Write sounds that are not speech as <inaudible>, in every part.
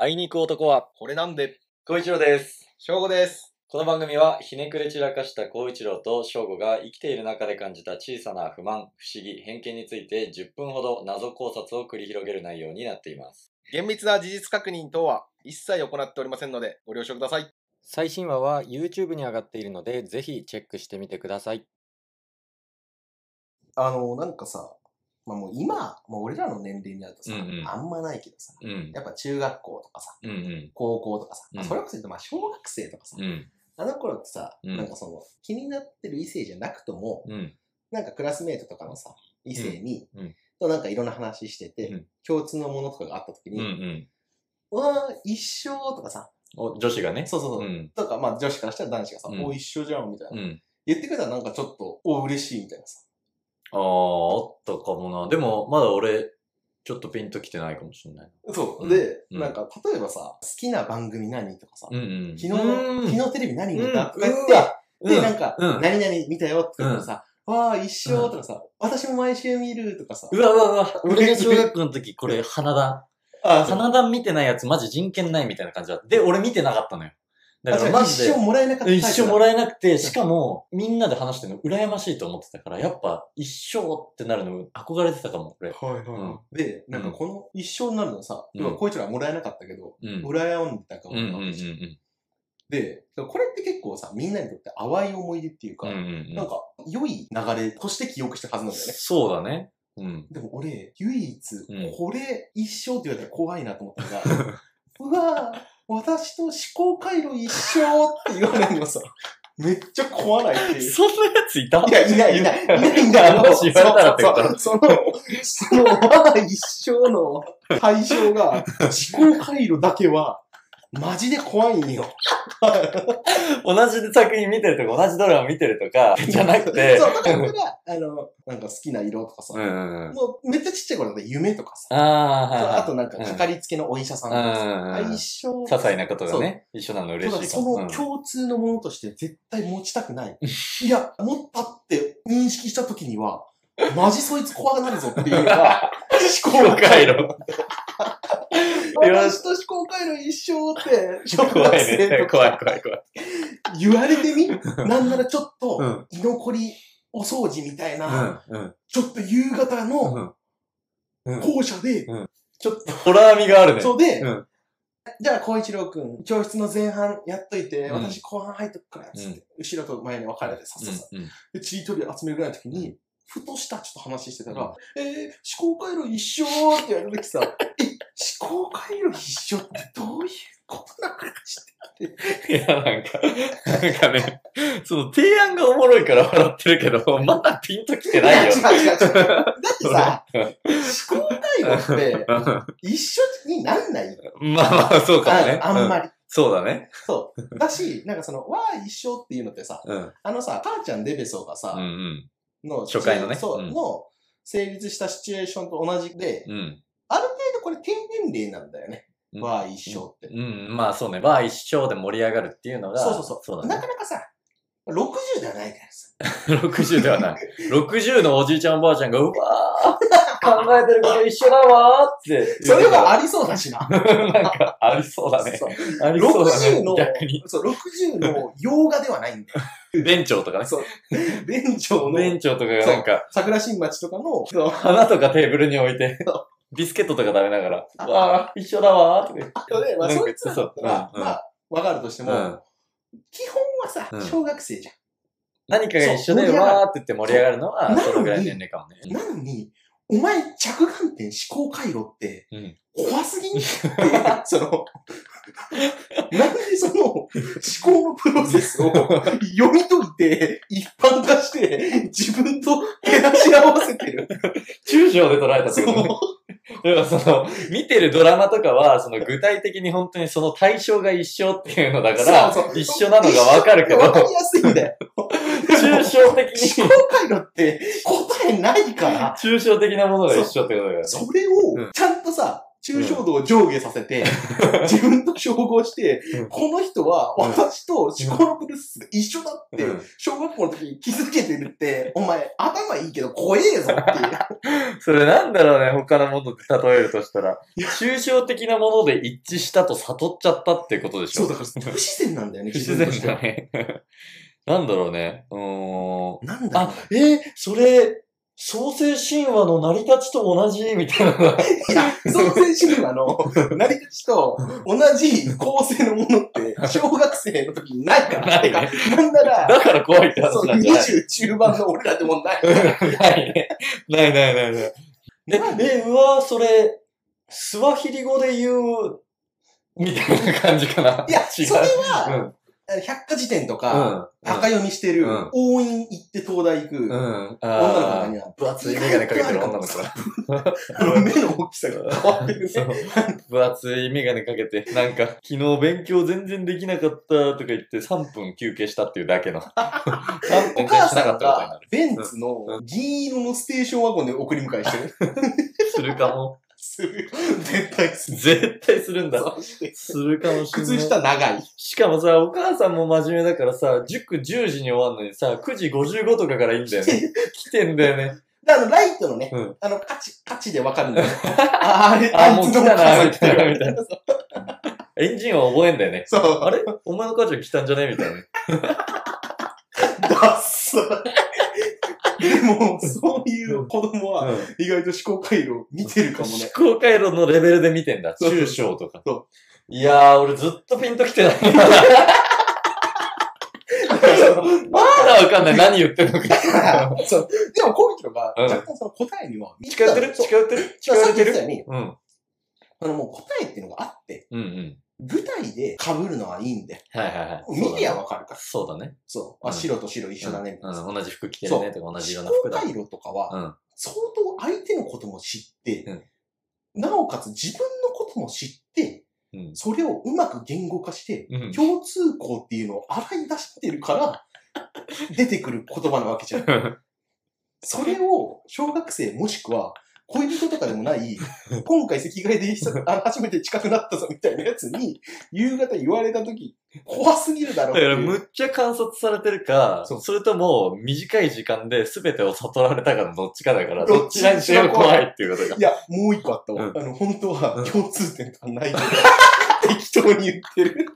あいに行く男は、これなんで、孝一郎です。正午です。この番組は、ひねくれ散らかした孝一郎と正吾が生きている中で感じた小さな不満、不思議、偏見について10分ほど謎考察を繰り広げる内容になっています。厳密な事実確認等は一切行っておりませんので、ご了承ください。最新話は YouTube に上がっているので、ぜひチェックしてみてください。あの、なんかさ、まあもう今、もう俺らの年齢になるとさ、うんうんあんまないけどさ、うん。やっぱ中学校とかさ、うんうん。高校とかさ、まあうんそれこそ言うとまあ小学生とかさ、うん。あの頃ってさ、うんなんかその気になってる異性じゃなくとも、うん。なんかクラスメートとかのさ、異性に、うんうんとなんかいろんな話してて、うん共通のものとかがあった時うんうに、ん。うわー一生とかさ、お、女子がね。そうそうそう、ん。とかまあ女子からしたら男子がさ、うんお一生じゃんみたいうな、ん。言ってくれたらなんかちょっと、お嬉しいみたいなさ。あー、あったかもな。でも、まだ俺、ちょっとピンときてないかもしれない。そう。うんで、うんなんか、例えばさ、好きな番組何とかさ、うんうん。昨日の、うん昨日テレビ何見たとか言っうんうわて、で、なんか、うん何々見たよとか言ってさ、わあ、一生とかさ、私も毎週見るとかさ、うわうわうわ、うん俺が小学校の時、これ、花田。あそう花田見てないやつ、マジ人権ないみたいな感じだった。で、俺見てなかったのよ。だあかじらゃあマ一ジで生、もらえなかった。一生もらええなくて、しかも、みんなで話してるの羨ましいと思ってたから、やっぱ、一生ってなるの憧れてたかも、俺。はいはい。で、なんかこの一生になるのさ、うん今こいつらもらえなかったけど、うん。羨んでたかうんもううんうなんわけじゃんん。で、これって結構さ、みんなにとって淡い思い出っていううか、んうんうなんん。か、良い流れとして記憶したはずなんだよね。そうだね。うん。でも俺、唯一うん、これ一生って言われたら怖いなと思った <laughs> のが、うわぁ、私と思考回路一生って言われるのさ、めっちゃ怖ないっていう。そんなやつ <laughs> いたいや、いない、いない、いないんだよ。もし言われたらってことそうそうそうその、その、わぁ一生の対象が、思考回路だけは、マジで怖いんよ。 <laughs> 同じ作品見てるとか、同じドラマ見てるとか、じゃなくて。 <laughs> そう、だから俺が、あの、なんか好きな色とかさ、うん <laughs> うんうん。もうめっちゃちっちゃい頃で夢とかさ、ああー、はいはい。あとなんか、うんかかりつけのお医者さんうとかさ、んうんうん。一生。些細なことがね、一緒なのそう。嬉ただしいかそも。の共通のものとして絶対持ちたくない。いや、持ったって認識した時には、マジそいつ怖くなるぞっていう <laughs> のが、思うん考回路。路。いや私と思考回路一緒って、怖い <laughs> ね。怖い怖い怖い。言われてみなんならちょっうと、ん。居残りお掃除みたいな、うん。ちょっと夕方のうん。うん。校舎で、ちょっとホラー味があるね。そうで、うんじゃあ、孝一郎くん、教室の前半やっといて、うん私後半入っとくから、つって、うん後ろと前に分かれて、さっささ、うん。うんで、ちりとり集めるぐらいの時に、ふとしたちょっと話してたら、えー、思考回路一緒って言われた時さ、 <laughs> え、思考回路一緒ってどういうことなのいや、なんか、なんかね、その提案がおもろいから笑ってるけど、まだピンときてないよ <laughs> <laughs> 違。う違う違う。だってさ、うん思考回路って一緒になんないまあまあ、そうかもね。ああんり。まり。そうだね。そう。だし、なんかその、わあ一緒っていうのってさ、うん。あのさ、母ちゃんデベソがさ、うんうん。の初回のねそう、うんの成立したシチュエーションと同じで、うん。ある程度これ低年齢なんだよね。うんは、一緒って、うん。まあそうね。バー一生で盛り上がるっていうのが、そうそうそうそうだねな。かなかさ、60ではないから <laughs> さ。60ではない。60のおじいちゃんおばあちゃんが、うわー、考えてること一緒だわー <laughs> って。それはありそうだしな。なんか、あり <laughs> そうだね。そうありそうだね60。の逆に。、そう、60の洋画ではないんだ <laughs> よ。弁長とかね。そう。連長の弁長とかがなんか、桜新町とかの、そう花とかテーブルに置いて、ビスケットとか食べながら、うわー、一緒だわーとか言って。で、まあ、なんかそいつらだったら、そううんまあ、わかるとしても、うん基本はさうん、小学生じゃん。何かが一緒で、そう盛り上がるわーって言って盛り上がるのそうは、なのにそのぐらいの年齢かもね。なのに、お前、着眼点、思考回路ってうん、怖すぎんって、 <laughs> その、なんでその、思考のプロセスを読み解いて、一般化して、自分と照らし合わせてる。 <laughs> 中小で捉えたってそことね。う。 <laughs> だからその、見てるドラマとかは、その具体的に本当にその対象が一緒っていうのだから、そうそう一緒なのがわかるけど、わかりやすいんだよ。抽象的思に、考回路って答えないから、抽象的なものが一緒ってことだよね。それを、ちゃんとさ、抽象度を上下させて、 <laughs> 自分と照合して、うんこの人はうん私と思考のプロセスが一緒だって、うん小学校の時に気づけてるって、お前頭いいけど怖えぞって <laughs> いう。それなんだろうね、他のもので例えるとしたら。 <laughs> 抽象的なもので一致したと悟っちゃったってことでしょそうだから不自然なんだよね、不自分然としてはだ <laughs> ね。なんだろうね。うーん。なんだろあ、えーそれ、創世神話の成り立ちと同じみたいな。 <laughs> ういや、 <laughs> 創世神話の成り立ちと同じ構成のものって、小学生の時にないから。ないねてかなんなら、だから怖いってそ話う、なんじゃない20中盤の俺らでもない。うんないね。ないないないない。で、で、うわ、それ、スワヒリ語で言う、みたいな感じかな。いや、違うそれうは、ん。百科事典とうか、ん。赤読みしてるうん、応援行って東大行く、う女のん。子のあ中ーには、分厚いメガネかけてる女の子が。あの目の大きさが変わってるそうね。分厚いメガネかけて、なんか、昨日勉強全然できなかったとか言って3分休憩したっていうだけ <laughs> の。3 <laughs> お分母しなさかんったことにながる。、ベンツの銀色のステーションワゴンで送り迎えしてる。するかも。する。絶対する。絶対するんだ。そうしてするかもしんない。靴下長い。しかもさ、お母さんも真面目だからさ、塾10時に終わんのにさ、9時55とかからいいんだよ <laughs> ね。来てんだよね。で、あの、ライトのねうん、あの、価値、価値でわかるんだよ。あ <laughs> れ、あ、あもいうつ来たのおな、母さ来ん来たたな、よみたいな。エンジンは覚えんだよね。そう。 <laughs> あれお前の母ちゃん来たんじゃないみたいな。ダッサいでも、そういう子供は、うん意外と思考回路を見てるかもね。思考回路のレベルで見てんだ。そう中小とかそ。いやー、俺ずっとピンときてない。まだわかんない。何言ってんのか。 <laughs> そうでも、こういう人が、うん若干その答えには、 <laughs> 近寄ってるそう近寄ってる近だから寄ってさっき言ったるように、うん。あの、もう答えっていうのがあって、うんうん。舞台で被るのはいいんで、はいはいはい。見りゃわかるから。そうだね。そう。うあ、ん白と白一緒だね、みたいな。うん、同じ服着てるねとか同じ色の思服考だ。回路とかは、うん。相当相手のことも知って、うんなおかつ自分のことも知って、うん。それをうまく言語化して、うん。共通項っていうのを洗い出して <laughs> るから、出てくる言葉なわけじゃん。それを、小学生もしくは、恋人とかでも <laughs> ない、今回席替えで久々あ初めて近くなったぞみたいなやつに、夕方言われたとき、怖すぎるだろだうから、っていう。むっちゃ観察されてるか、そうそれとも、短い時間で全てを悟られたかのどっちかだから、どどっっちちなんにてしいうろのが怖怖いいっていうことが。いや、もう一個あったわ。うんあの、本当はうん共通点と <laughs> かないけど、適当に言ってる。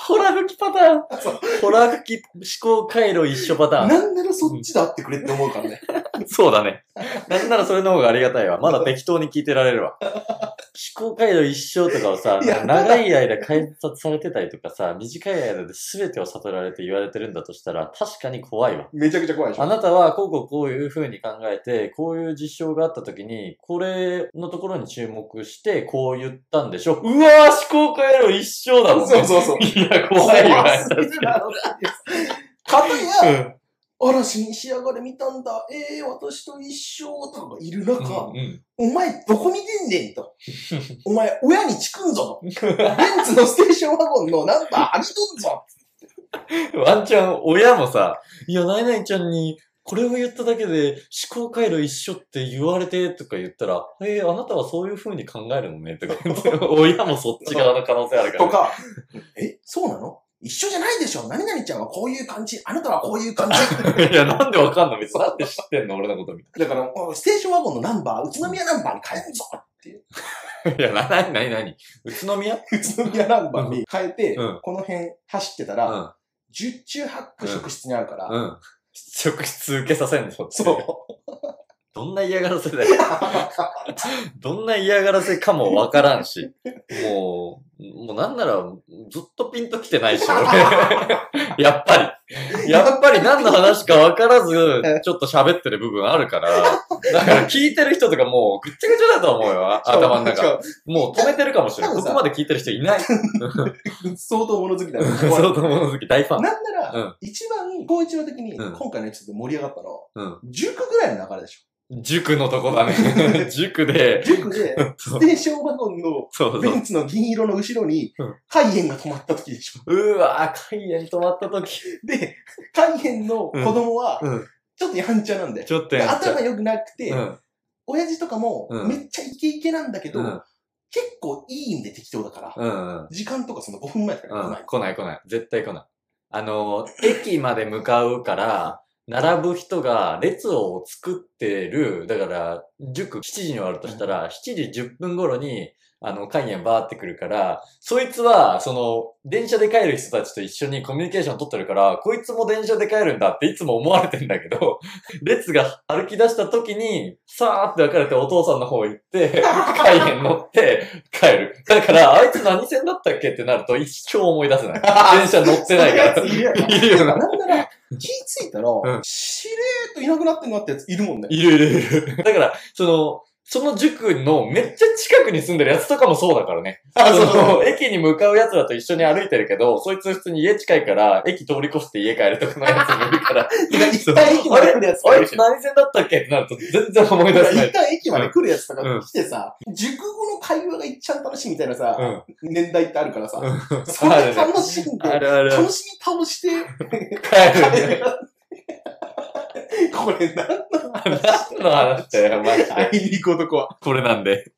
ホラ吹きパターンそうホラ吹き思考回路一緒パターン。なんならそっちで会ってくれって思うからね。そうだね。なんならそれの方がありがたいわ。まだ適当に聞いてられるわ。思考回路一生とかをさ、いや長い間観察されてたりとかさ、短い間で全てを悟られて言われてるんだとしたら、確かに怖いわ。めちゃくちゃ怖いでしあょ。なたはこうこうこういう風に考えて、こういう事象があった時に、これのところに注目して、こう言ったんでしょ。うわー思考回路一緒だもんそうね。そうそう。いや、怖いよね。すぎるだろうっていう。かたや、うん嵐に仕上がれ見たんだ、ええ私と一緒とかいるう中、んお前どこ見てんねん <laughs> と。お前親にチクんぞと。ベンツのステーションワゴンのナンバー剥ぎ取んぞ。うんワンちゃん、親もさ、いや、ないないちゃんに、これを言っただけで思考回路一緒って言われてとか言ったら、えー、あなたはそういう風に考えるのねと <laughs> か言って、親もそっち側の可能性あるからとね、か、え、そうなの一緒じゃないでしょ何々ちゃんはこういう感じ、あなたはこうい <laughs> う感じ。いや、なんでわかんの別に。なんで知ってんの俺のことみただから、おいステーションワゴンのナンバー、宇都宮ナンバーに変えんぞいな。いや、な、なになになに宇都宮宇都宮ナンバーに変えて、うんこの辺走ってたうら、ん。十中八九職質にあるから、うん。職質受けさせんのそどんな嫌がらせだ <laughs> よ。どんな嫌がらせかもわからんし。もう、もうなんならずっとピンときてない <laughs> し、俺。やっぱり。やっぱり何の話かわからず、ちょっと喋ってる部分あるから。だから聞いてる人とかもうぐっちゃぐちゃだと思うよ、う。 <laughs> 頭の <laughs> 中。 <laughs> しもう止めてるかもしれない。多こ分さこまで聞いてる人い <laughs> ない。かも相当物 <laughs> 好きだね。相当物好き、大ファ <laughs> ン。なんなら、うん一番、高一の時に、うん今回のエピソードで盛り上がったの、うん。塾ぐらいの流れでし塾のとこだね。 <laughs> 塾でょ。。塾で、 <laughs> そスうテーションワゴンの、そうそう <laughs> ベ。ンツの銀色の後ろにうん、海燕が止まった時でしょ。うわぁ、海外に泊まった時。で、海燕の子供は、うん。ちょっとやんちゃなんだよ。ちょっとでやっちゃ頭良くなくて、う。うん。親父とかもう、んめっちゃイケイケなんだけど、うん結構いい意味で適当だから、うんうん。時間とかその5分前とかに来うないん、。来ない来ない。絶対来ない。あの、駅まで向かうから、並ぶ人が列を作ってる、だから、塾7時に終わるとしたら、7時10分頃に、あの、海燕バーってくるから、そいつは、その、電車で帰る人たちと一緒にコミュニケーション取ってるから、こいつも電車で帰るんだっていつも思われてんだけど、列が歩き出した時に、さーって別れてお父さんの方行って、海燕乗って帰る。だから、あいつ何線だったっけってなると一生思い出せない。電車乗ってないから。いるやいるよな。 <laughs> なんなら、気ぃついたら、うんしれーっといなくなってんなってやついるもんね。いるいるいる。だから、その、その塾のめっちゃ近くに住んでるやつとかもそうだからね。あその、駅に向かう奴らと一緒に歩いてるけど、そいつ普通に家近いから、駅通り越して家帰るとかのやつもいるから、いっぱい駅まで来るやつとあかいいるつし。何線だったっけってなると全然思い出せない一。旦駅まで来るやつとかうん来てさ、熟語の会話がいっちゃん楽しいみたいなさ、うん年代ってあるからさ、そあれるね楽しんあで、るある。楽しみ倒して、帰るね。 <laughs> これなん何の話だよ、マジで。いに行く男は。 <laughs> これなんで。